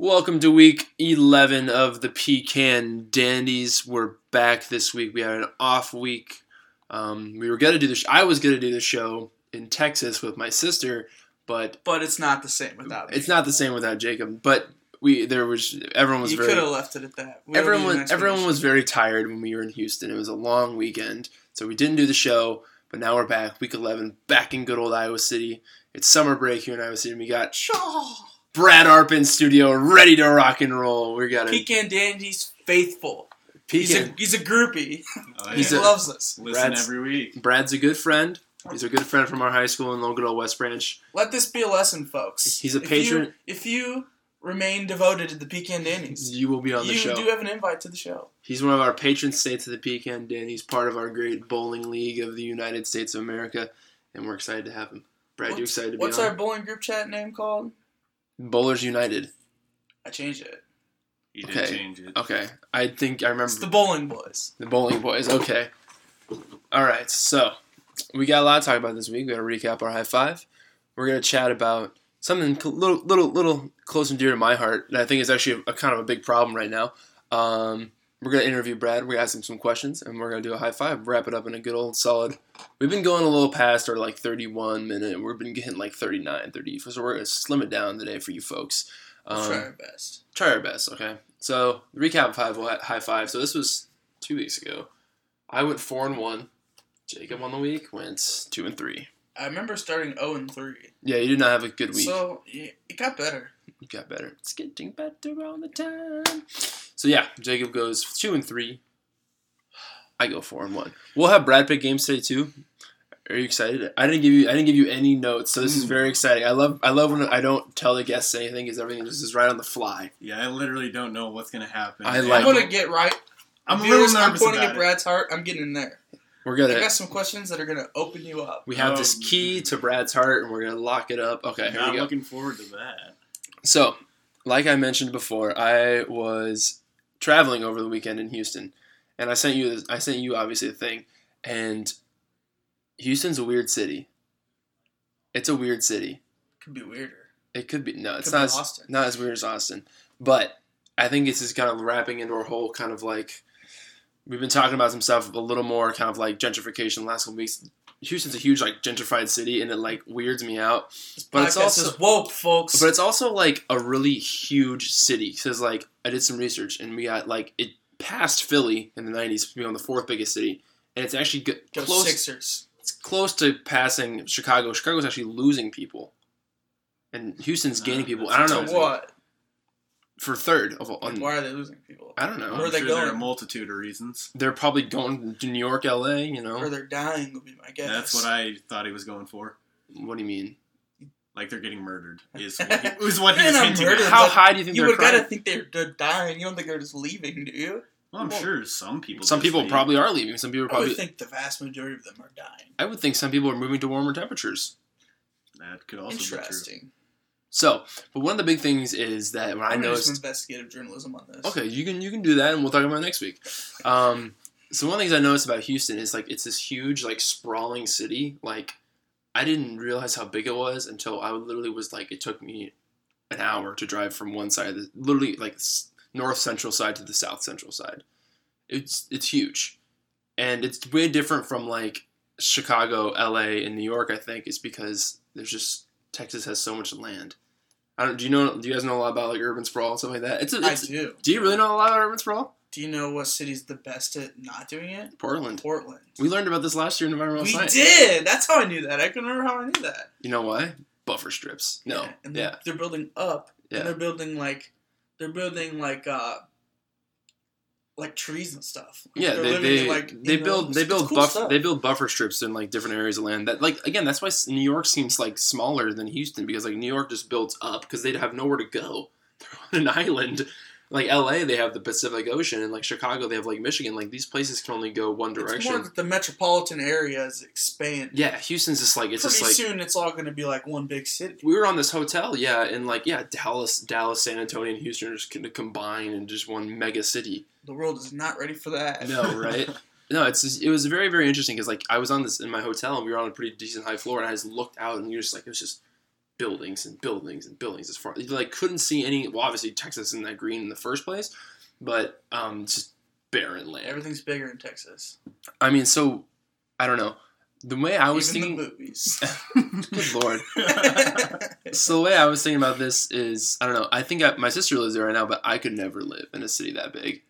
Welcome to week 11 of the Pecan Dandies. We're back this week. We had an off week. Um, we were gonna do the. Sh- I was gonna do the show in Texas with my sister, but But it's not the same without me. it's not the same without Jacob. But we there was everyone was You very could have left it at that. We don't need an everyone explanation. everyone was very tired when we were in Houston. It was a long weekend, so we didn't do the show. But now we're back, week 11, back in good old Iowa City. It's summer break here in Iowa City. and We got Shaw. Brad Arp in studio, ready to rock and roll. We got a Pecan Dandy's faithful. He's a, pecan. he's a groupie. Oh, He's he yeah. a- loves us. listen Brad's- every week. Brad's a good friend. He's a good friend from our high school in good old West Branch. Let this be a lesson, folks. He's a If you- patron. If you, remain devoted to the Pecan Dandies, You will be on the you show. do have an invite to the show. He's one of our patron states of the Pecan Dan. He's part of our great bowling league of the United States of America, and we're excited to have him. Brad, you What's- excited to be What's on? our bowling group chat name called? Bowlers United. I changed it. He did Okay. change it. Okay, I think I remember It's the Bowling Boys. the bowling boys. Okay, all right. So we got a lot to talk about this week. We got to recap our high five. We're gonna chat about something cl- little, little, little close and dear to my heart, and I think is actually a, kind of a big problem right now. Um, we're gonna interview Brad. We're gonna ask him some questions, and we're gonna do a high five. Wrap it up in a good old solid. We've been going a little past our like 31 minute. We've been getting like 39, 30. So we're gonna slim it down today for you folks. We'll Um, try our best. try our best. Okay. So recap of high, high five. So this was two weeks ago. I went four and one. Jacob on the week went two and three. I remember starting 0 and 3. Yeah, you did not have a good week. So it it got better. you got better. It's getting better all the time. So yeah, Jacob goes two and three. I go four and one. We'll have Brad pick games today too. Are you excited? I didn't give you I didn't give you any notes, so this Hmm. is very exciting. I love I love when I don't tell the guests anything because everything just is right on the fly. Yeah, I literally don't know what's gonna happen. I And like- I'm going to get right. I'm a Viewers, little I'm nervous pointing about at it. Brad's heart. I'm getting in there. We're gonna I got some questions that are gonna open you up. We have this Um, key to Brad's heart, and we're gonna lock it up. Okay, here Not we go. looking forward to that. So, like I mentioned before, I was traveling over the weekend in Houston, and I sent you. This, I sent you obviously a thing, and Houston's a weird city. It's a weird city. Could be weirder. It could be no. It's Could not be as, Austin. not as weird as Austin, but I think this is kind of wrapping into our whole kind of like we've been talking about some stuff a little more kind of like gentrification the last couple weeks. Houston's a huge like gentrified city, and it like weirds me out. But it's Podcast also is woke, folks. but it's also like a really huge city because like I did some research and we got like it passed Philly in the '90s to become the fourth biggest city, and it's actually g- Go close. Sixers. It's close to passing Chicago. Chicago's actually losing people, and Houston's gaining Uh, people. I that's don't To know surprising. what? for third of all. um, Like, why are they losing people? I don't know. Where I'm they sure there are a going? multitude of reasons. They're probably going to New York, LA. You know Or they're dying would be my guess. That's what I thought he was going for. what do you mean? Like they're getting murdered is what he, is what he Man, was I'm hinting murdered. at. How like, high do you think You they're would gotta crying? think they're, they're dying. You don't think they're just leaving, do you? Well, I'm Well, sure some people. Some just people leave. probably are leaving. Some people are I probably. would think the vast majority of them are dying. I would think some people are moving to warmer temperatures. That could also be true. Interesting. So, but one of the big things is that when I I'm gonna do noticed some investigative journalism on this. Okay, you can you can do that, and we'll talk about it next week. Um, so one of the things I noticed about Houston is like it's this huge, like sprawling city. Like I didn't realize how big it was until I literally was like, it took me an hour to drive from one side of the literally like s- north central side to the south central side. It's it's huge, and it's way different from like Chicago, L.A., and New York. I think is because there's just Texas has so much land. I don't, do you know? Do you guys know a lot about like urban sprawl and stuff like that? It's, a, I it's do. do you really know a lot about urban sprawl? Do you know what city's the best at not doing it? Portland. Portland. We learned about this last year in environmental We science. did. That's how I knew that. I can remember how I knew that. You know why? Buffer strips. No. Yeah, and yeah. They're, they're building up. Yeah. And they're building like they're building like uh like trees and stuff. Like, Yeah, they're they, living in, they, like, they in build those- they it's build cool buff stuff. they build buffer strips in like different areas of land that like again that's why New York seems like smaller than Houston because like New York just builds up because they'd have nowhere to go they're on an island like L.A. they have the Pacific Ocean and like Chicago they have like Michigan like these places can only go one It's more direction that the metropolitan areas expand. yeah Houston's just like it's Pretty just like soon it's all gonna be like one big city. we were on this hotel, yeah, and like yeah, Dallas, Dallas, San Antonio, and Houston are just gonna combine in just one mega city. The world is not ready for that. No, right? no, it's just, it was very very interesting because like I was on this in my hotel and we were on a pretty decent high floor and I just looked out and you're just like it was just buildings and buildings and buildings as far you, like couldn't see any well obviously Texas isn't that green in the first place, but um it's just barren land. Everything's bigger in Texas. I mean so I don't know. The way I was Even thinking the movies. Good lord. So the way I was thinking about this is I don't know, I think I, my sister lives there right now, but I could never live in a city that big.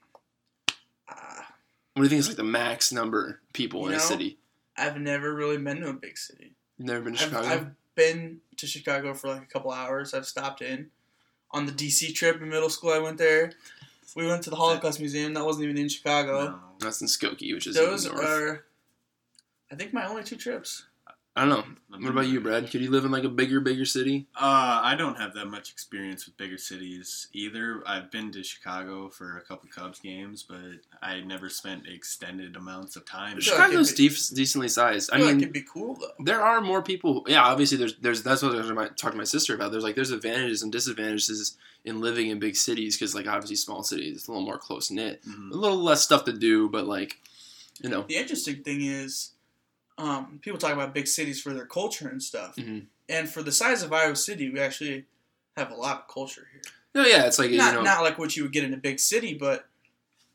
Ah, What do you think is like the max number of people You in a know, city? I've never really been to a big city. Never been to I've, Chicago. I've been to Chicago for like a couple hours. I've stopped in. On the DC trip in middle school, I went there. We went to the Holocaust Museum. That wasn't even in Chicago. No. That's in Skokie, which is Those in the north. are, I think, my only two trips. I don't know. What about you, Brad? Could you live in like a bigger, bigger city? Uh, I don't have that much experience with bigger cities either. I've been to Chicago for a couple Cubs games, but I never spent extended amounts of time. Sure. Chicago's it'd de- decently sized. I, I feel mean, like it'd be cool though. there are more people. Yeah, obviously, there's there's that's what I was gonna my- talk to my sister about. There's like there's advantages and disadvantages in living in big cities because like obviously small cities it's a little more close knit, Mhm. a little less stuff to do, but like you know, The interesting thing is, um, people talk about big cities for their culture and stuff, Mhm. and for the size of Iowa City, we actually have a lot of culture here. no, Oh, yeah, it's like Not you know, not like what you would get in a big city, but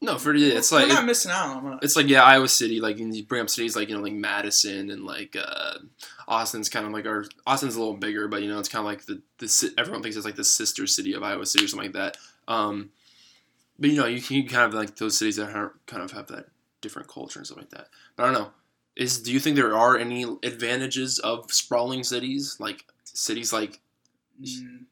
no, for yeah, it's like we're not missing out on much. it's like yeah, Iowa City. Like and you bring up cities like you know like Madison and like uh, Austin's kind of like our Austin's a little bigger, but you know it's kind of like the the ci- everyone thinks it's like the sister city of Iowa City or something like that. Um, but you know you can kind of like those cities that are, kind of have that different culture and stuff like that. But I don't know. Is do you think there are any advantages of sprawling cities like cities like Mm,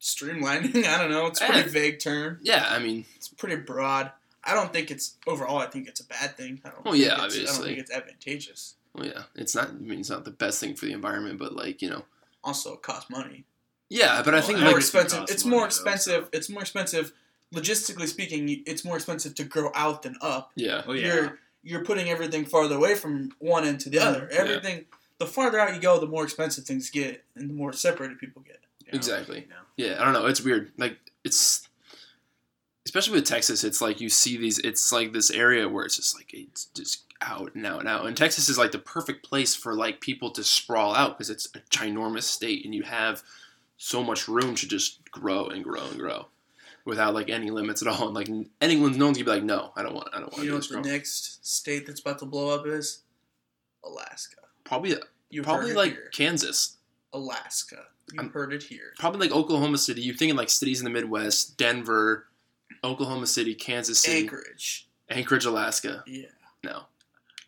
streamlining, I don't know. It's a pretty Eh. vague term. yeah I mean It's pretty broad. I don't think it's overall. I think it's a bad thing. I don't Oh, think yeah, it's- I don't obviously. think it's advantageous. well, yeah it's not I mean it's not the best thing for the environment but like you know Also, it costs money. yeah but I Well, think more like every- expensive. costs It's money, more though, expensive. It's more expensive. Logistically speaking, you- it's more expensive to grow out than up. yeah Oh yeah. You're you're putting everything farther away from one end to the other. Mm, Yeah. Everything. The farther out you go, the more expensive things get, and the more separated people get. Yeah. Exactly. Yeah. Yeah, I don't know. It's weird. Like it's especially with Texas, it's like you see these. It's like this area where it's just like it's just out and out and out. And Texas is like the perfect place for like people to sprawl out because it's a ginormous state and you have so much room to just grow and grow and grow without like any limits at all. And like anyone's known to be like, no, I don't want. I don't want to You do know this. what the Grow. next state that's about to blow up is? Alaska. Probably uh, You heard probably it like here. Kansas. Alaska. You I'm- heard it here. Probably like Oklahoma City. You're thinking like cities in the Midwest, Denver, Oklahoma City, Kansas City. Anchorage. Anchorage, Alaska. Yeah. No,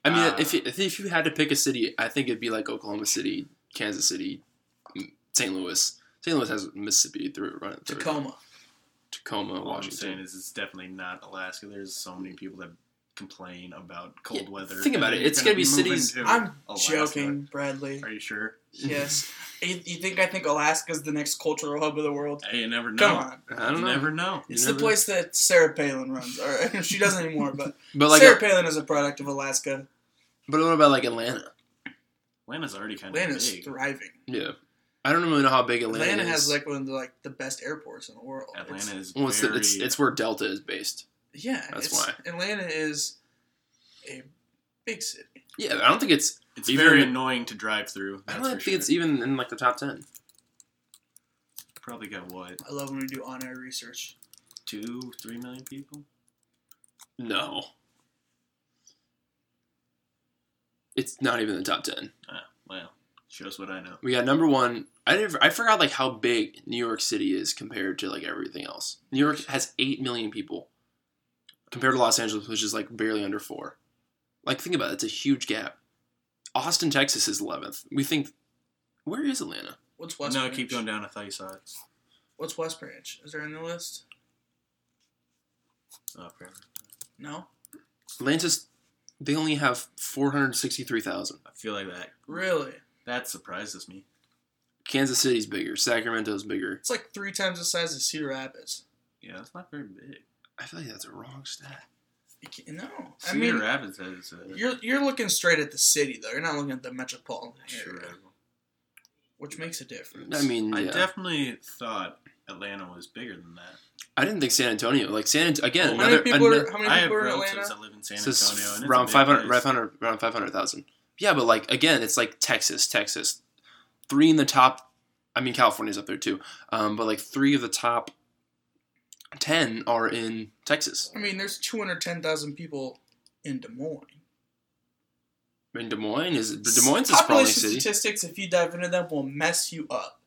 I mean, Uh, if, you, if if you had to pick a city, I think it'd be like Oklahoma City, Kansas City, m- St. Louis. St. Louis has Mississippi through it, running through it. Tacoma. Tacoma, All I'm saying Washington. Mm. is it's definitely not Alaska. There's so many people that complain about cold Yeah, weather. think about and it. you're It's gonna be moving cities- to I'm Alaska. joking, Bradley. Are you sure? Yes. you, you think I think Alaska's the next cultural hub of the world? Hey, you never know. Come on. I don't you know, never know. You It's the never- place that Sarah Palin runs. All right, she doesn't anymore, but, but like, Sarah Palin is a product of Alaska. but what about like Atlanta? Atlanta's already kind Atlanta's of big. thriving. Yeah, I don't really know how big Atlanta, Atlanta, is. has like one of the, like the best airports in the world. It's- Atlanta is well, it's, the- very. it's it's where Delta is based. yeah, That's it's- why. Atlanta is a big city. Yeah, I don't think it's. It's Even very in- annoying to drive through. I That's don't for think sure. it's e- even in like the top ten. probably got what I love when we do on-air reseach. two, three million people. No, it's not even in the top ten. Wow, shows what I know. We got number one. I didn't, I forgot like how big New York City is compared to like everything else. New York has eight million people compared to Los Angeles, which is like barely under four. Like think about it; it's a huge gap. Austin, Texas is eleventh. We think, where is Atlanta? What's West? no, Branch? keep going down. I thought you saw it. What's West Branch? Is there in the list? Oh, apparently. No, Atlanta's they only have four hundred sixty-three thousand. I feel like that really. that surprises me. Kansas City's bigger. Sacramento's bigger. It's like three times the size of Cedar Rapids. Yeah, that's not very big. I feel like that's a wrong stat. You can't- No, I Cedar mean Rapids has a you're you're looking straight at the city though. You're not looking at the metropolitan sure. area. which makes a difference. I mean, I yeah. definitely thought Atlanta was bigger than that. I didn't think San Antonio. Like San Ant- again, Well, how many another, people ano- are, how I many have people are in relatives Atlanta? that live in San So it's Antonio, and it's around a big 500, place. 500, around 500,000. Yeah, but like, again, it's like Texas, Texas. Three in the top, I mean, California's up there too. Um, but like three of the top ten are in Texas, I mean, there's 210,000 people in Des Moines. in Des Moines. Is Des Moines is a sprawling Population city? statistics, if you dive into them, will mess you up.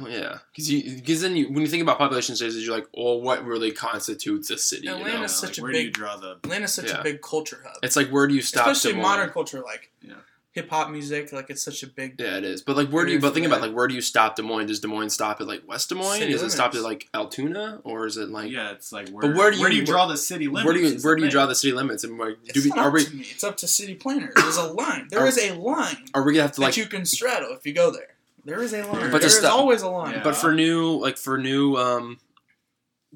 Oh yeah, because you because then you, when you think about population statistics, you're like, well, what really constitutes a city? You know? Atlanta's such a where do you big- draw the Atlanta's such Yeah. a big culture hub. It's like where do you stop? Especially Des Moines? modern culture, like Yeah. hip hop music, like it's such a big. Yeah, it is. But like, where do you? But think Yeah. about like, where do you stop Des Moines? Does Des Moines stop at like West Des Moines? City Is it stopped at limits. like Altoona, or is it like yeah, it's like where, where do you- draw the city limits? where do you is the where do you thing. draw the city limits? And like, do It's we, not are up we to me. It's up to city planners. There's a line. There Are- is a line are we gonna have to that like? you can straddle if you go there. There is a line. But But to there's stop- always a line. Yeah. But for new like for new um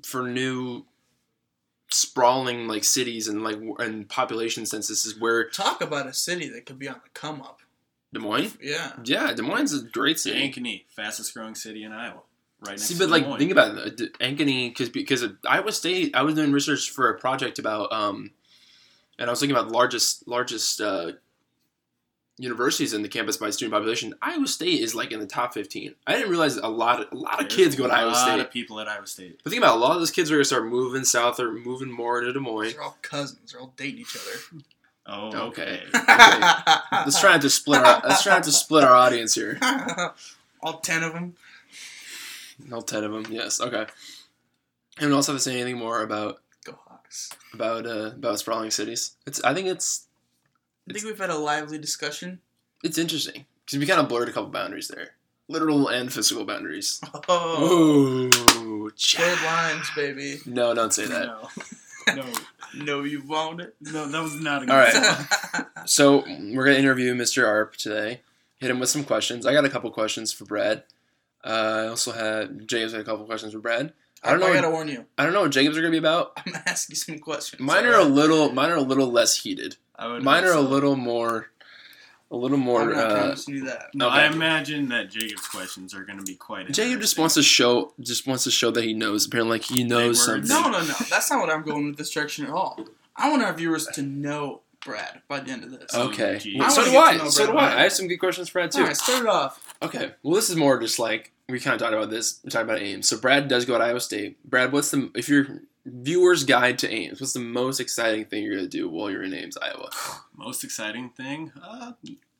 for new sprawling like cities and like w- and population censuses where Talk about a city that could be on the come up. Des Moines. Yeah. Yeah, Des Moines is a great city. Ankeny, fastest growing city in Iowa, right next See, to but Des like Moines. think about it, the- Ankeny because because of Iowa State, I was doing research for a project about um, and I was thinking about largest largest uh, universities in the campus by student population. Iowa State is like in the top fifteen. I didn't realize a lot a lot of There's kids go to a Iowa lot State. of people at Iowa State. But think about it, a lot of those kids are gonna start moving south or moving more to Des Moines. They're all cousins. They're all dating each other. Oh, Okay. okay. Let's try not to split our let's try not to split our audience here. all ten of them. All ten of them, yes, okay. And also, have to say anything more about Go Hawks. about uh, about sprawling cities. It's I think it's I think we've had a lively discussion. It's interesting because we kind of blurred a couple boundaries there, literal and physical boundaries. Oh, Ooh, good cha- lines, baby. no, don't say that. No, no, No, you won't. no, that was not a good All right. That's So we're gonna interview Mr. Arp today. Hit him with some questions. I got a couple questions for Brad. Uh, I also had James had a couple questions for Brad. I don't know. I what- gotta warn you. I don't know what Jacobs are gonna be about. I'm gonna ask you some questions. Mine are a little. Mine are a little less heated. I would Mine are a also- little more. A little I'm more. not Uh, promising you that. No, Okay. I imagine that Jacob's questions are going to be quite. Jacob just interesting. wants to show. Just wants to show that he knows. Apparently, like he knows words. something. No, no, no. That's not what I'm going with this direction at all. I want our viewers to know Brad by the end of this. Oh, Okay. geez. Well, I so wanna do get to I. know So do Brad I. I have some good questions for Brad too. All right, start it off. Okay. Well, this is more just like we kind of talked about this. We talked about Ames. So Brad does go to Iowa State. Brad, what's the if your viewers guide to Ames? What's the most exciting thing you're gonna do while you're in Ames, Iowa? Most exciting thing, uh,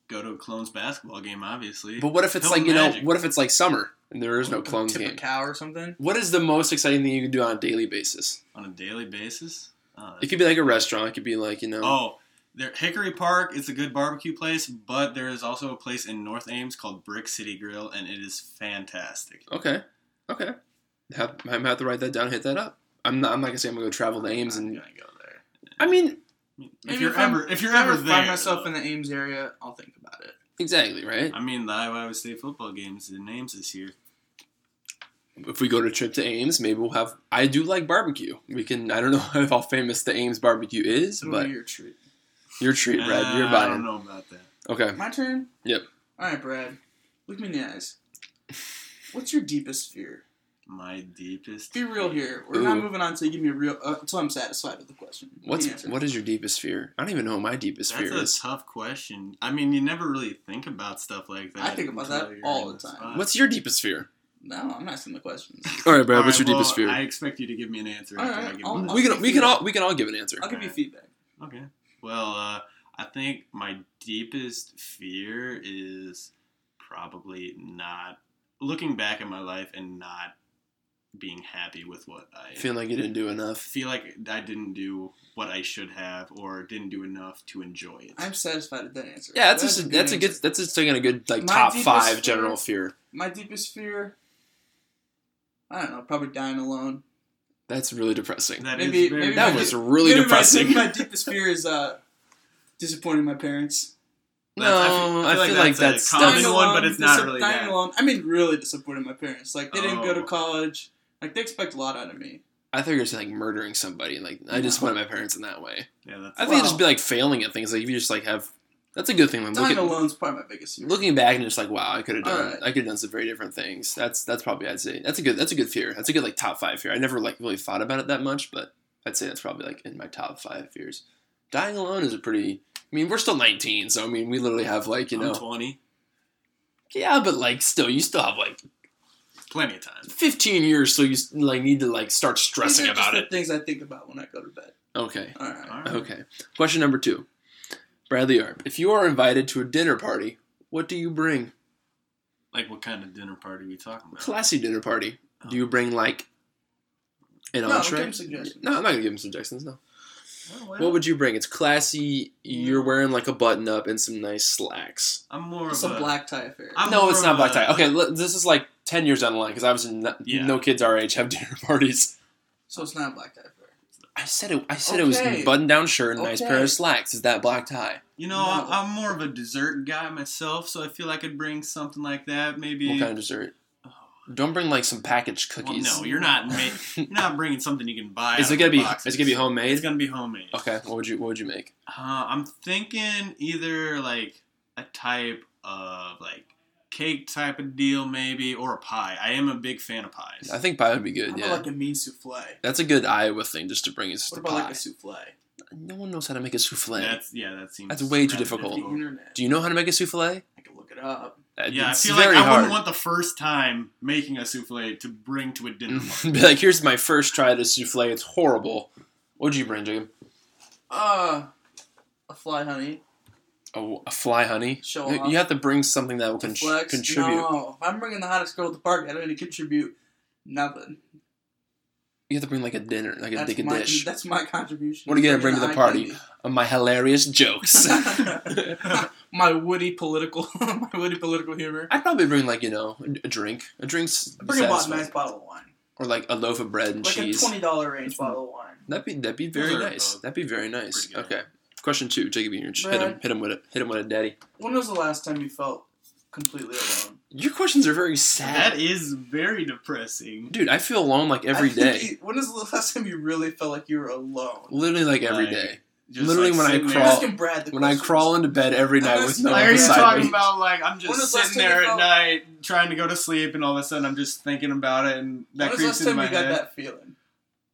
go to a Clones basketball game, obviously. But what if it's Hilton like you know? Magic. What if it's like summer and there is no clones Tip a game? cow or something. What is the most exciting thing you can do on a daily basis? on a daily basis. Uh, It could be like a restaurant. It could be like you know. oh, there, Hickory Park is a good barbecue place, but there is also a place in North Ames called Brick City Grill, and it is fantastic. Oh. Okay. Okay. Have, I'm gonna have to write that down. and Hit that up. I'm not. I'm not gonna say I'm gonna go travel to Ames I'm and. gonna go there. I mean, If Maybe you're if I'm- ever, if you're If I ever ever there, find myself though. in the Ames area, I'll think about it. exactly right. I mean, the Iowa State football games in Ames this year. if we go to a trip to Ames, maybe we'll have. I do like barbecue. We can. I don't know if how famous the Ames barbecue is, It'll but be your treat. your treat, Brad. Uh, You're I don't buying. know about that. Okay. My turn. Yep. All right, Brad. Look me in the eyes. What's your deepest fear? My deepest. Be real here. We're not Ooh. moving on until you give me a real. Uh, until I'm satisfied with the question. Give me What's an answer. what is your deepest fear? I don't even know what my deepest That's fear a is. tough question. I mean, you never really think about stuff like that. I think about until that you're all in the time. spot. What's your deepest fear? No, I'm not asking the questions. All right, Brad. All what's right, your deepest well, fear? I expect you to give me an answer. All after right, I give I'll- mine. I'll- we can we can all we can all give an answer. I'll give you feedback. Okay. Well, uh, I think my deepest fear is probably not looking back at my life and not being happy with what I Feeling like you didn't do I enough. feel like I didn't do what I should have or didn't do enough to enjoy it. I'm satisfied with that answer. Yeah, that's That just is that's a answer. good that's just taking a good like My top deepest five fear- general fear. My deepest fear. I don't know. Probably dying alone. That's really depressing. That Maybe- is very maybe That my- was really maybe depressing. My, maybe my deepest fear is uh, disappointing my parents. no, That's- I feel, I feel like that's, a that's- common one, but it's not disap- really dying that. alone. I mean, really disappointing my parents. Like they didn't go to Oh. college. Like they expect a lot out of me. I thought you were saying like murdering somebody. Like I No. disappointed my parents in that way. Yeah, that's I think it'd Wow. just be like failing at things. Like if you just like have, that's a good thing. Like, Dying look at, alone's probably my biggest fear. looking back and just like wow, I could have done, Alright. I could have done some very different things. That's that's probably I'd say that's a good that's a good fear. That's a good like top five fear. I never like really thought about it that much, but I'd say that's probably like in my top five fears. Dying alone is a pretty. I mean, we're still nineteen, so I mean, we literally have like you I'm know, 20. yeah, but like still, you still have like plenty of time. 15 years, so you like need to like start stressing These are just about the it. Things I think about when I go to bed. Okay. All right. All right. Okay. Question number two. Bradley Arp, if you are invited to a dinner party, what do you bring? Like, what kind of dinner party are we talking about? Classy dinner party. Do you bring like an No, entree? give him suggestions. No, I'm not gonna give him suggestions. No. Oh, What well, Mm. would you bring? It's classy. You're wearing like a button up and some nice slacks. I'm more of It's a a- black tie affair. I'm no, more it's of not black a- tie. Okay, l- this is like ten years down the line because obviously no, Yeah. no kids our age have dinner parties. so it's not a black tie affair. I said it. I said it was Okay. button down shirt and a nice pair Okay. of slacks. Is that black tie? You know, I- No. I'm more of a dessert guy myself, so I feel I could bring something like that. Maybe. What kind of dessert? Don't bring like some packaged Well, cookies. no, you're not. Ma- you're not bringing something you can buy. Is out it of gonna the be? box. Is it gonna be homemade? It's gonna be homemade. okay. What would you? What would you make? Uh, I'm thinking either like a type of like cake type of deal, maybe, or a pie. I am a big fan of pies. I think pie would be How good. about Yeah. like a mean souffle? That's a good Iowa thing just to bring. Is What the about pie. like a souffle? no one knows how to make a souffle. That's yeah. That seems That's way too rather difficult. The internet. Do you know how to make a souffle? I can look it up. Uh, Yeah, it's I feel like very I hard. wouldn't want the first time making a souffle to bring to a dinner. party. be like, here's my first try at a souffle. It's horrible. What'd you bring, Jacob? Uh, a fly honey. A, a fly honey. Show you, off. you have to bring something that will To con- flex. contribute. No, if I'm bringing the hottest girl to the party, I don't need to contribute nothing. You have to bring like a dinner, like a That's dick a my, dish. That's my contribution. What are you gonna bring to Bringing the eye party? Of my hilarious jokes. candy. my woody political, my woody political humor. I'd probably bring like you know a drink, a drink's Bring a bo- satisfying. nice bottle of wine, or like a loaf of bread and like cheese. a twenty dollar range bottle of wine. That'd be that'd be Those very are nice. both That'd be very nice. pretty good. Okay. Question two, Jacob Eanridge. Hit him, Brad. hit him with it. Hit him with it, Daddy. When was the last time you felt completely alone? Your questions are very sad, that is very depressing. dude. I feel alone like every I think day, you- when was the last time you really felt like you were alone? literally like every Like, day. Just Literally when I sitting there- I'm crawl- asking Brad the When I questions. crawl into bed every night with no Like, one are you beside talking me. about like I'm When was the last time you felt- night trying to go to sleep, and all of a sudden I'm just thinking about it, and When was the last time you got that feeling?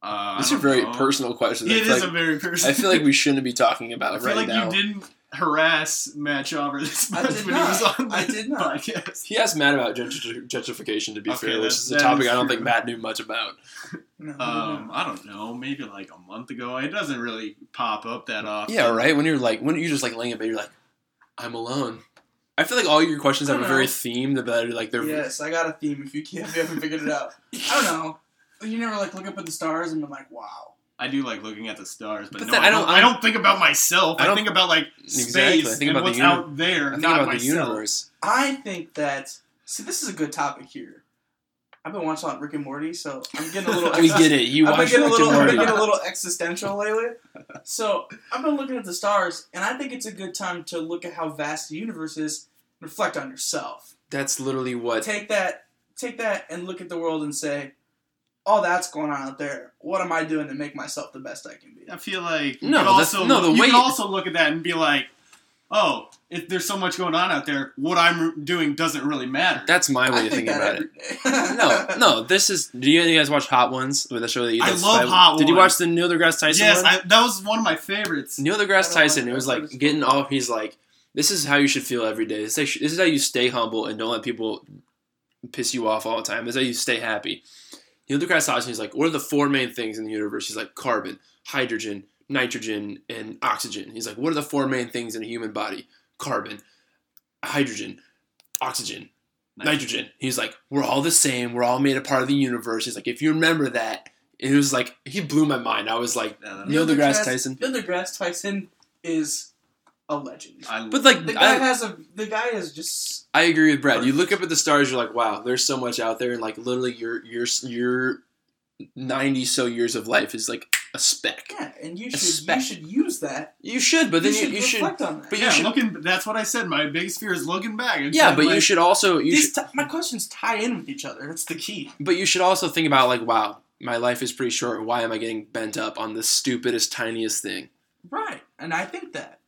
Uh, I These are don't very know. personal questions. I It feel, is like, a very I personal. feel like we shouldn't be talking about I it feel right like now. you didn't harass Matt Chauver this I much did when he was not. on the I did not. podcast. He asked Matt about gentr- gentrification, to be Okay, fair, which that's- is a that topic is I don't true. think Matt knew much about. No, no, Um, no. I don't know, maybe like a month ago. It doesn't really pop up that often. Yeah, right. When you're like, when you're just like laying in bed, you're like, I'm alone. I feel like all your questions I have a don't very know. themed about like they're yes, I got a theme. If you can't, if you haven't figured it out, I don't know. You never like look up at the stars and been like, wow. I do like looking at the stars, but, But no, then I don't. I don't think about myself. I I, don't- think about like Exactly. space I think and about the what's uni- out there, I think not about myself. the universe. I think that see, this is a good topic here. I've been watching a lot of Rick and Morty, so I'm getting a little. We get it. You I've been watch getting a Rick and little, I've been Morty. getting a little existential lately. So I've been looking at the stars, and I think it's a good time to look at how vast the universe is and reflect on yourself. That's literally what. Take that, take that, and look at the world and say, "All that's going on out there. What am I doing to make myself the best I can be?" I feel like you No, could that's- also no, the you way- could also look at that and be like, oh, if there's so much going on out there, what I'm doing doesn't really matter. That's my way I to think think about that it. every day. No, no. This is. Do you guys watch Hot Ones? Or that show that you I that's love by- Hot Did you Ones. watch the Neil deGrasse Tyson? yes, one? I, that was one of my favorites. Neil I deGrasse don't Tyson, like it was that. like getting off. He's like, this is how you should feel every day. This is, this is how you stay humble and don't let people piss you off all the time. This is how you stay happy. Neil deGrasse Tyson, he's like, what are the four main things in the universe? He's like, carbon, hydrogen, nitrogen, and oxygen. He's like, what are the four main things in a human body? Carbon, hydrogen, oxygen nitrogen. He's like, we're all the same. We're all made a part of the universe. He's like, if you remember that, and it was like, he blew my mind. I was like, Yeah, that- Neil deGrasse Tyson. Neil deGrasse Tyson is a legend. I, But like, The guy I, has a. The guy is just. I agree with Brad. You look up at the stars, you're like, wow, there's so much out there, and like literally your your your ninety so years of life is like a speck. Yeah, and you A should speck. you should use that. You should, but then you you should. reflect on that. but you yeah, should- looking. That's what I said. My biggest fear is looking back. It's Yeah, like, but you like, should also you should, These ti- my questions tie in with each other. That's the key. but you should also think about like, wow, my life is pretty short. Why am I getting bent up on the stupidest, tiniest thing? Right, and I think that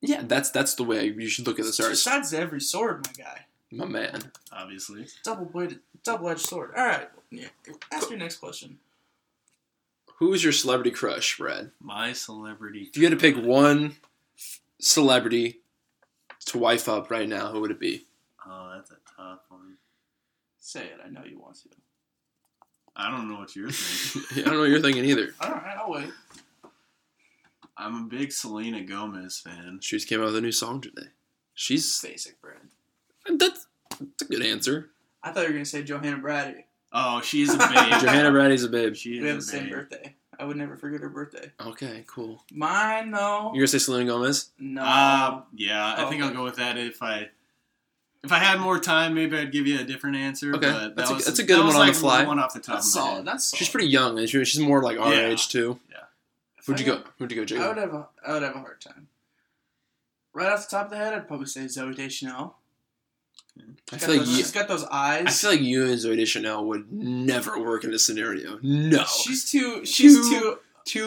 Yeah, that's that's the way you should look at the it's two stars, sides to every sword, my guy. my man. obviously. Double bladed, double edged sword. All right, yeah. Ask your next question. Who is your celebrity crush, Brad? My celebrity. If you had to pick one celebrity to wife up right now, who would it be? Oh, that's a tough one. Say it. I know you want to. I don't know what you're thinking. I don't know what you're thinking either. All right, I'll wait. I'm a big Selena Gomez fan. She just came out with a new song today. She's Basic brand. that's, that's a good answer. I thought you were gonna say Johanna Brady. Oh, she's a babe. Johanna Brady's a babe. She We have the is a same babe. birthday. I would never forget her birthday. Okay, cool. Mine though. You're um, gonna say Selena Gomez? no. Uh, yeah, I Oh, think okay. I'll go with that if I if I had more time, maybe I'd give you a different answer. Okay, but that's that a- was, that's a good that one was on the like fly. One off the top that's of my solid. head. That's solid. She's pretty young. and she- She's more like our Yeah. age too. If Would I you go? got- Would you go, I Jacob? would have. A, I would have a hard time. Right off the top of the head, I'd probably say Zoe Deschanel. I She's got feel like those- you, she's got those eyes. I feel like you and Zoe Deschanel would never work in this scenario. No, she's too. She's Too too.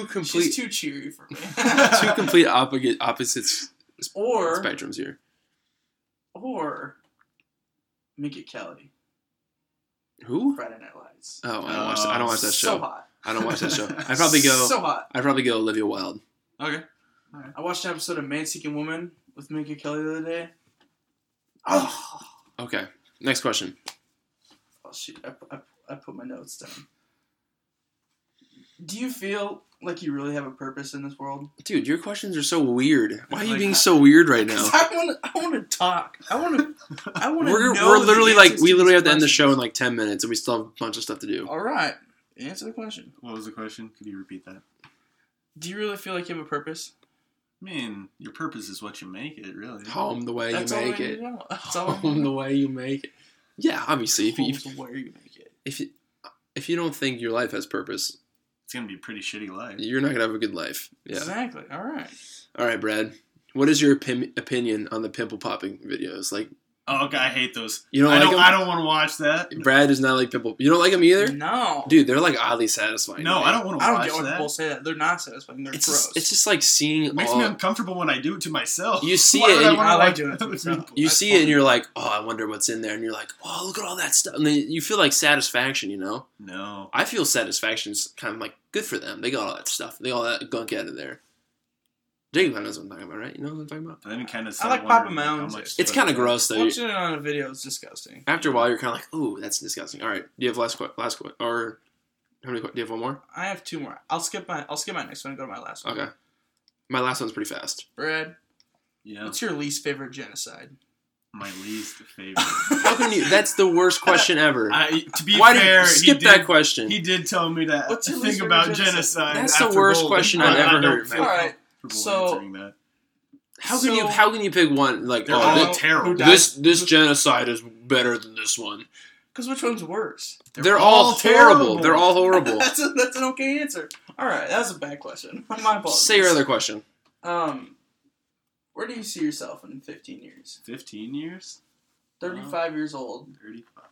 two complete, She's too cheery for me. two complete opposite opposites or spectrums here. or Minka Kelly. Who? Friday Night Lights. Oh, I don't watch. That, I don't watch that Uh, so show. hot. I don't watch that show. I probably go. So hot. I probably go Olivia Wilde. Okay. I watched an episode of Man Seeking Woman with Minka Kelly the other day. Oh, Okay. Next question. oh shoot. I, I, I put my notes down. Do you feel like you really have a purpose in this world? Dude, your questions are so weird. Why are you Like- being so weird right now? 'Cause I want to. I want to talk. I want to. I want to. We're, we're literally like we literally have to end the show in like ten minutes, and we still have a bunch of stuff to do. All right. Answer the question. What was the question? Could you repeat that? I Do you really feel like you have a purpose? mean, your purpose is what you make it, really. Home the way That's you all make I need it. to know. That's all. I Home need the way you make it. Yeah, obviously. If to know. you, Home's where you make it. if you, if you don't think your life has purpose, It's gonna be a pretty shitty life. you're not gonna have a good life. Yeah. Exactly. All right. All right, Brad. What is your opim- opinion on the pimple popping videos? Like, Oh, God, I hate those. you don't I like don't. them. I don't want to watch that. Brad does not like pimple. You don't like them either, No. dude. They're like oddly satisfying. No, right? I don't want to I don't watch get why that. people say that. They're not satisfying. They're It's gross. just, it's just like seeing It makes all. me uncomfortable when I do it to myself. You see Why it would and you- wanna I like watch doing it to other myself. people? you That's see it fun. and you're like, oh, I wonder what's in there, and you're like, oh, look at all that stuff, and then you feel like satisfaction, you know. No. I feel satisfaction is kind of like good for them. They got all that stuff. They got all that gunk out of there. Jacob kind of knows what I'm talking about, right? You know what I'm talking about? But then kind of. I like Papa Mounds. It's kind of gross though. Watching it on a video is disgusting. After a while, you're kind of like, ooh, that's disgusting. All right, do you have last question? Last question? Or how many? que- Do you have one more? I have two more. I'll skip my. I'll skip my next one and go to my last one. Okay. My last one's pretty fast. Brad, Yeah. what's your least favorite genocide? my least favorite. How can you? That's the worst question ever. I, to be Why fair, did you skip he did, that question? He did tell me that. What's your least think favorite about genocide? genocide. That's the after worst Golden. question I- I've I ever don't heard, feel man. Alright, comfortable so- answering that. how can you? so- How can you pick one? Like, They're oh, all thi- terrible. this, this genocide is better than this one. Because which one's worse? They're, all, terrible. horrible. They're all horrible. that's a, that's an okay answer. All right, that was a bad question. My apologies. Say your other question. Um, where do you see yourself in 15 years? Fifteen years, 35 years old. thirty-five.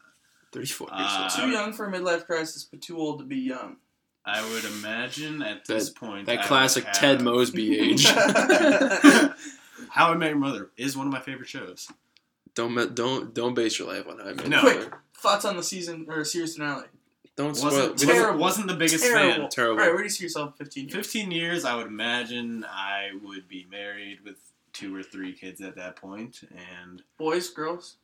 Thirty-four. Uh, Too young for a midlife crisis, but too old to be young. I would imagine at this point I that would classic have- Ted Mosby age. How I Met Your Mother is one of my favorite shows. don't ma- don't don't base your life on how I met. No. Your Mother. Thoughts on the season or series finale? don't spoil. Wasn't we terrible. don't- wasn't, wasn't the biggest Terrible. fan. Terrible. All right, where do you see yourself in 15 years? Fifteen years, I would imagine I would be married with two or three kids at that point, and Boys, girls?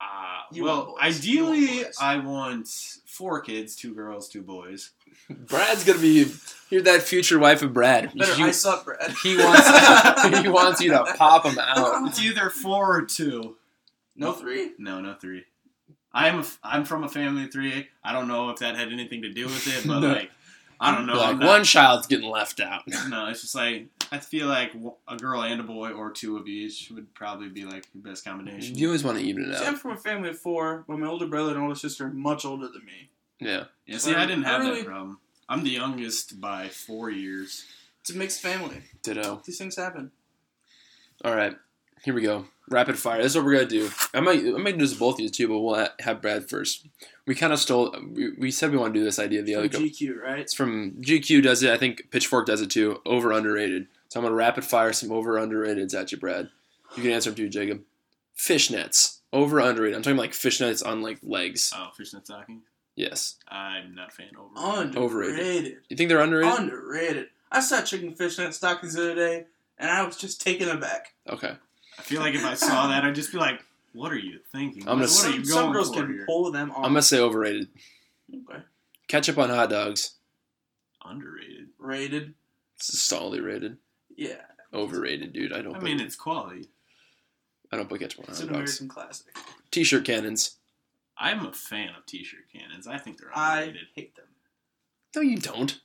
Uh, You well, want boys. You ideally, want boys. I want four kids, two girls, two boys. Brad's gonna be. You're that future wife of Brad. Better You- ice up, Brad. he wants he wants you to pop him out. It's either four or two. No three. No, no three. I'm a, I'm from a family of three. I don't know if that had anything to do with it, but No. like, I don't know. like I'm not- one child's getting left out. No, it's just like I feel like w- a girl and a boy, or two of each, would probably be like the best combination. You always want to even it See, I'm out. from a family of four, but my older brother and older sister are much older than me. Yeah. yeah, see, I didn't I have really- that problem. I'm the youngest by four years. It's a mixed family. Ditto. These things happen. All right. Here we go. Rapid fire. That's what we're gonna do. I might I might do this to both of you too, but we'll ha- have Brad first. We kind of stole. We, we said we want to do this idea the From other. go- GQ, right? It's from GQ does it. I think Pitchfork does it too. Over underrated. So I'm gonna rapid fire some over underrateds at you, Brad. You can answer them too, Jacob. Fishnets. Over underrated. I'm talking like fishnets on like legs. Oh, fishnet stocking. Yes. I'm not a fan. Over. Underrated. You think they're underrated? Underrated. I saw chicken fishnet stockings the other day, and I was just taken aback. okay. I feel like if I saw that, I'd just be like, What are you thinking? I'm gonna what are Some, you some going girls for can here? pull them off. I'm gonna say overrated. okay. Ketchup on hot dogs, Underrated. Rated. it's solidly rated. Yeah. Uh, Overrated, dude. I don't. I put, mean, it's quality. I don't put ketchup on It's hot an dogs. American classic. T-shirt cannons. I'm a fan of t-shirt cannons. I think they're I underrated. hate them. No, you don't.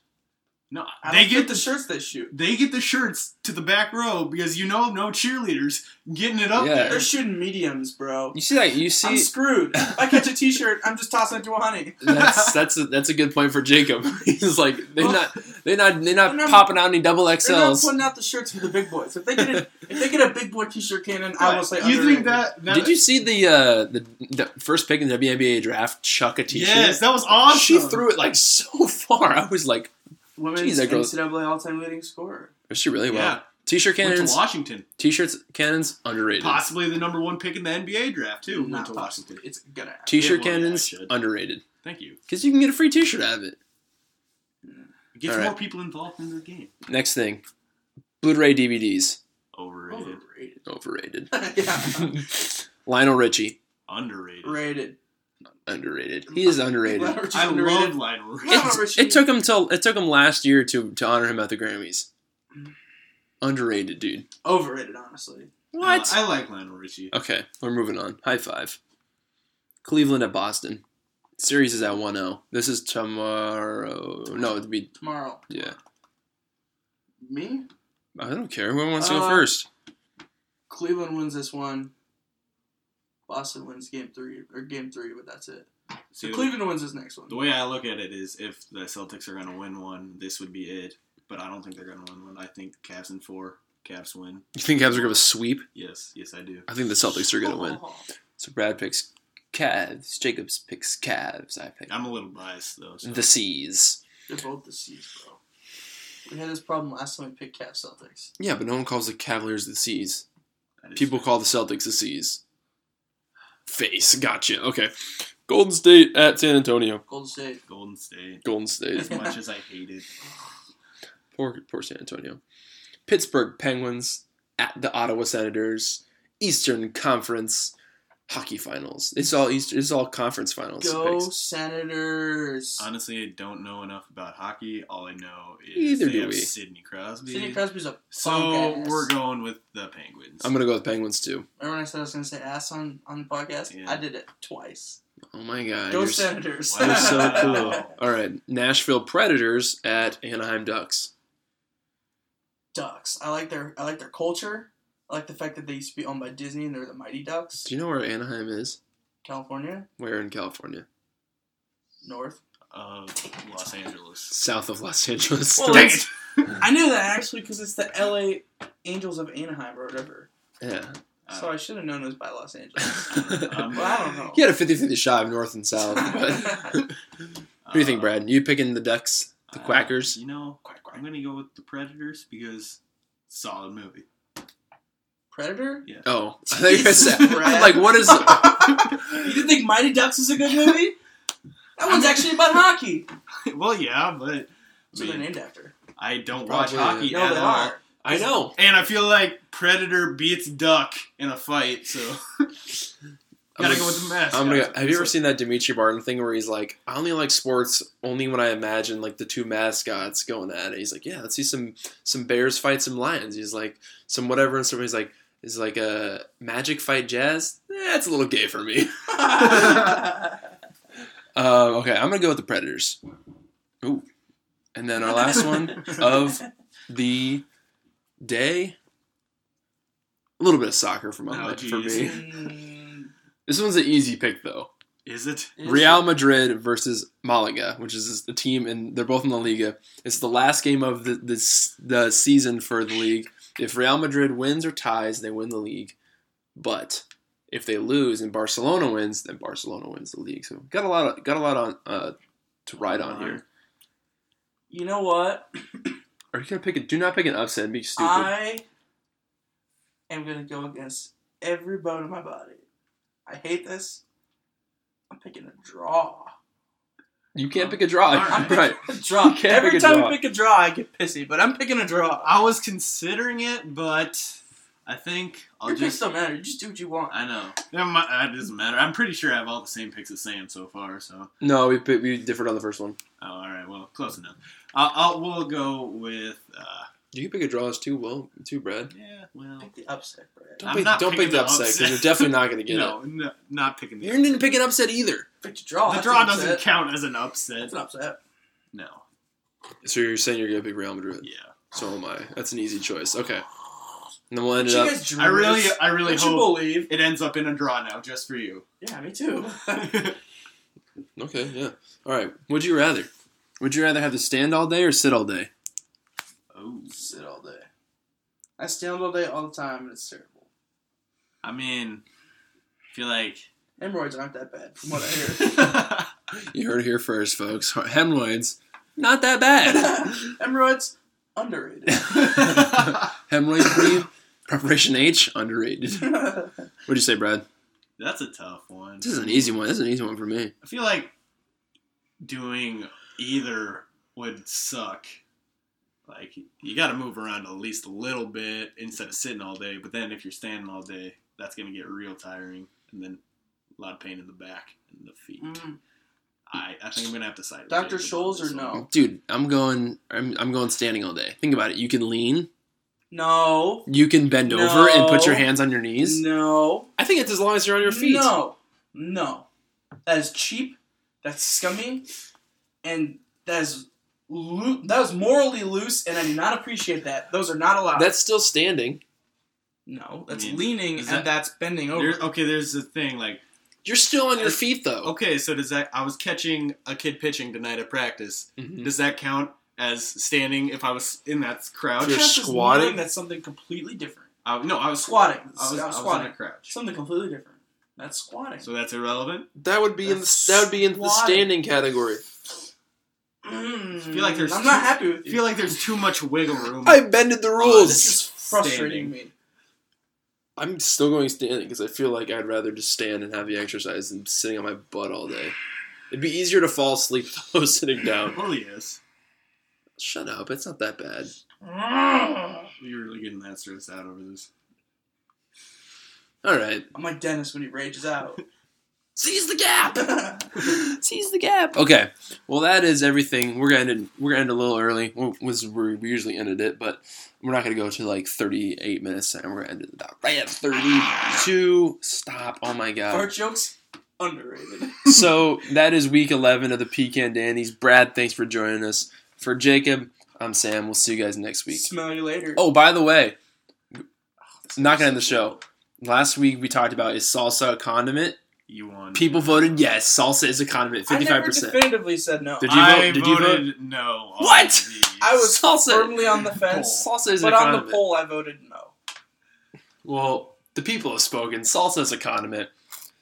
no, I they don't fit get the the shirts they shoot. they get the shirts to the back row because you know no cheerleaders getting it up Yeah. there. They're shooting mediums, bro. You see that? You I'm see? screwed. If I catch a T-shirt, I'm just tossing it to a honey. that's that's a, that's a good point for Jacob. He's like they're not they're not they're not They're not- popping out any double They're not XLs. putting out the shirts for the big boys. If they get a, if they get a big boy T-shirt cannon, I will say. you underrated. think that, that Did you see the uh the, the first pick in the WNBA draft? Chuck a T-shirt. Yes, that was awesome. She threw it like so far. I was like, Women's Jeez, that girl's- NCAA all-time leading scorer. is she really well? Yeah, T-shirt went to cannons, Washington. t-shirts, cannons, underrated. Possibly the number one pick in the NBA draft too. Not went to possibly. Washington. It's gonna happen. T-shirt Yeah, well, yeah, cannons, I should. underrated. Thank you. Because you can get a free T-shirt out of it. It gets All right. more people involved in the game. Next thing, Blu-ray DVDs, Overrated. Overrated. overrated. yeah. Lionel Richie, Underrated. Rated. underrated. He is underrated. Lionel Richie's I underrated. love Lionel Richie. Lionel It's- Richie. it took him till it took him last year to to honor him at the Grammys. Mm. Underrated, dude. Overrated, honestly. What? I like Lionel Richie. Okay, we're moving on. High five. Cleveland at Boston. Series is at 1-0. This is tomorrow. No, it'd be Tomorrow. yeah. Me? I don't care. Whoever wants to go Uh, first. Cleveland wins this one. Boston wins game three or game three, but that's it. So See, Cleveland wins this next one. The way I look at it is, if the Celtics are going to win one, this would be it. But I don't think they're going to win one. I think Cavs in four. Cavs win. You think Cavs are gonna sweep? Yes, yes, I do. I think the Celtics are gonna win. Oh, So Brad picks Cavs. Jacobs picks Cavs. I pick I'm a little biased though. So. the Seas. They're both the C's, bro. We had this problem last time we picked Cavs Celtics. Yeah, but no one calls the Cavaliers the Seas. that is- People call the Celtics the C's. Face. Gotcha. Okay. Golden State at San Antonio. Golden State. Golden State. Golden As State. much as I hate it, poor, poor San Antonio. Pittsburgh Penguins at the Ottawa Senators. Eastern Conference hockey finals. It's all East, It's all conference finals. Go picks. Senators. honestly, I don't know enough about hockey. All I know is Neither they do have we. Sidney Crosby. Sidney Oh, Crosby's a so punk ass. we're going with the Penguins. I'm gonna go with Penguins too. Remember when I said I was gonna say ass on on the podcast? Yeah. I did it twice. Oh my god. Go you're s- Senators. you're so Wow. cool. All right. Nashville Predators at Anaheim Ducks. Ducks. I like their I like their culture. I like the fact that they used to be owned by Disney and they're the Mighty Ducks. Do you know where Anaheim is? California, Where in California? North. of Los Angeles. South of Los Angeles. Well, Dang it's- it! I knew that actually because it's the L.A. Angels of Anaheim or whatever. yeah. Uh. So I should have known it was by Los Angeles. Um, well, I don't know. He had a 50-50 shot of north and south. But who do you think, Uh, Brad? You picking the Ducks, the Uh, Quackers? You know, Quack, quack. I'm gonna go with the Predators because solid movie. Predator. Yeah. Oh, I think it's Jesus, I'm Brad. like, what is? You didn't think Mighty Ducks is a good movie? That one's actually about hockey. well, yeah, but That's what I, they're mean, named after. I don't watch Probably, hockey No, at they all, are. I know. and I feel like Predator beats Duck in a fight, so gotta I'm go with the mask. I'm guys. gonna, have you ever seen that Dimitri Barton thing where he's like, I only like sports only when I imagine like the two mascots going at it. He's like, yeah, let's see some some bears fight some lions. He's like, some whatever, and somebody's like, is like a magic fight jazz. That's a little gay for me. Um, okay, I'm gonna go with the Predators. Ooh, and then our last one of the day. A little bit of soccer for, my, Oh, for me. geez. Mm, This one's an easy pick though. Is it? is- Real Madrid versus Malaga, which is the team, and they're both in La Liga. It's the last game of the this, the season for the league. If Real Madrid wins or ties, they win the league. But if they lose and Barcelona wins, then Barcelona wins the league. So got a lot of, got a lot on uh, to ride on here. You know what? Are you gonna pick it? Do not pick an upset. and Be stupid. I am gonna go against every bone in my body. I hate this. I'm picking a draw. you can't pick a draw. Alright. Right? A draw. You can't Every pick a time draw. I pick a draw, I get pissy, but I'm picking a draw. I was considering it, but I think I'll Your picks just. don't matter. You just do what you want. I know. It might, it doesn't matter. I'm pretty sure I have all the same picks as Sam so far. So, No, we put- we differed on the first one. oh, all right. Well, close enough. I'll, I'll we'll go with. Uh, You can pick a draw as too well, too Brad. yeah. Well, Pick the upset, Brad. Don't I'm pick, not don't pick picking the the upset upset. because you're definitely not going to get no, no, not picking it. the. You didn't pick an upset either. Pick the draw. the That's draw an upset. doesn't count as an upset. That's an upset. No. So you're saying you're going to pick Real Madrid? Yeah. So am I. That's an easy choice. Okay, and then we'll end But it you up. guys drew I really, this. I really Don't you hope believe? it ends up in a draw now, just for you. Yeah, me too. Okay, yeah. All right. Would you rather? Would you rather have to stand all day or sit all day? oh, Sit all day. I stand all day all the time, and it's terrible. I mean, I feel like. Hemorrhoids aren't that bad, from what I hear. You heard it here first, folks. Hemorrhoids, not that bad. Hemorrhoids underrated. Hemorrhoid cream, preparation H, underrated. Mm, What'd you say, Brad? That's a tough one. This is an easy one. This is an easy one for me. I feel like doing either would suck. Like you got to move around at least a little bit instead of sitting all day. But then if you're standing all day, that's gonna get real tiring, and then a lot of pain in the back and the feet. Mm. I, I think I'm gonna have to side. Dr. Jacob on Scholes this or one. no? Dude, I'm going. I'm, I'm going standing all day. Think about it. You can lean. No. You can bend over and put your No. hands on your knees. No. I think it's as long as you're on your feet. No. No. That is cheap. That's scummy. And that is loo- that is morally loose, and I do not appreciate that. Those are not allowed. That's still standing. no. That's I mean, leaning, is that- and that's bending Oh. over. There- okay, there's the thing. Like, You're still on your feet though. okay, so does that? I was catching a kid pitching tonight at practice. Mhm. Does that count as standing? If I was in that crouch, Sure. Podcast is squatting? knowing That's something completely different. I, no, I was Squatting. I was, I'm I was in squatting. a crouch. Something completely different. That's squatting. So that's irrelevant. That would be in the, That's that would be in the squatting. standing category. Mm, feel like there's I'm two- not happy with I you. feel like there's too much wiggle room. Oh, I bended the rules. this rules. is frustrating Standing. me. I'm still going standing because I feel like I'd rather just stand and have the exercise than sitting on my butt all day. It'd be easier to fall asleep though sitting down. Oh, Well, yes. Shut up. It's not that bad. I'm You're really getting that stressed out over this. All right. like Dennis when he rages out. Seize the gap. Seize the gap. Okay. Well, that is everything. We're gonna end. We're gonna end a little early. Well, this is where we usually ended it, but we're not gonna go to like 38 minutes, and we're gonna end it about right at 32. Stop. Oh my god. Fart jokes underrated. so that is week 11 of the Pecan Dandies. Brad, thanks for joining us. For Jacob, I'm Sam. We'll see you guys next week. Smell you later. Oh, by the way, not gonna end the show. Last week we talked about is salsa a condiment? You won. People voted yes. Salsa is a condiment. I Fifty-five never percent. definitively said no. Did you vote? I Did you voted no. on What? these. I was Salsa. firmly on the fence, Salsa is but a on the condiment. poll I voted no. well, the people have spoken. Salsa is a condiment.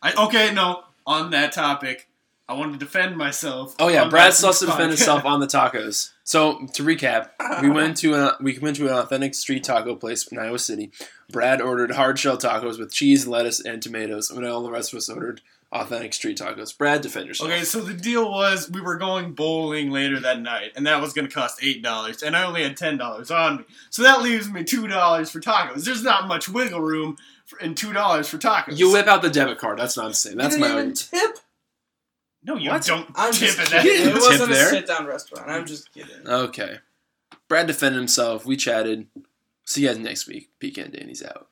I, okay, no. On that topic, I want to defend myself. Oh yeah, on Brad this Salsa defended podcast. himself on the tacos. So to recap, we went to an we went to an authentic street taco place in Iowa City. Brad ordered hard shell tacos with cheese, lettuce, and tomatoes, and all the rest of us ordered authentic street tacos. Brad, defend yourself. Okay, so the deal was we were going bowling later that night, and that was going to cost eight dollars, and I only had ten dollars on me, so that leaves me two dollars for tacos. There's not much wiggle room for, in two dollars for tacos. You whip out the debit card. That's not insane. That's you didn't my even own. tip. no, you What? don't I'm tip just in kidding. didn't It that. tip wasn't there? a sit-down restaurant. I'm just kidding. Okay. Brad defended himself. We chatted. See you guys next week. Pecan Danny's out.